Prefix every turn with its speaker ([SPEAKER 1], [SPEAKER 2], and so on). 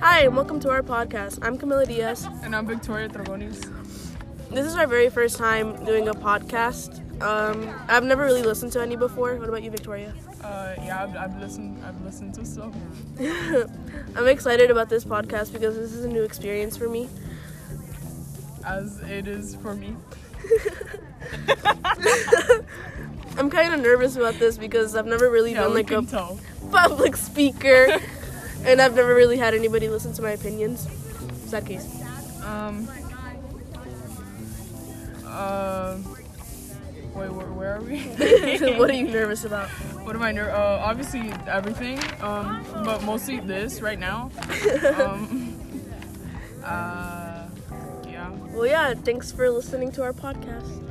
[SPEAKER 1] Hi, and welcome to our podcast. I'm Camila Diaz.
[SPEAKER 2] And I'm Victoria Trogonis.
[SPEAKER 1] This is our very first time doing a podcast. Um, I've never really listened to any before. What about you, Victoria?
[SPEAKER 2] Uh, yeah, I've, I've listened. I've listened to stuff.
[SPEAKER 1] I'm excited about this podcast because this is a new experience for me.
[SPEAKER 2] as it is for me.
[SPEAKER 1] I'm kind of nervous about this because I've never really
[SPEAKER 2] Yeah,
[SPEAKER 1] been
[SPEAKER 2] we
[SPEAKER 1] like a
[SPEAKER 2] can tell.
[SPEAKER 1] public speaker, and I've never really had anybody listen to my opinions. Sad case.
[SPEAKER 2] Um. Uh, wait, where, where are we?
[SPEAKER 1] what are you nervous about?
[SPEAKER 2] what am I ner- uh, Obviously everything, um, but mostly this right now. Um, uh, yeah.
[SPEAKER 1] Well, yeah. Thanks for listening to our podcast.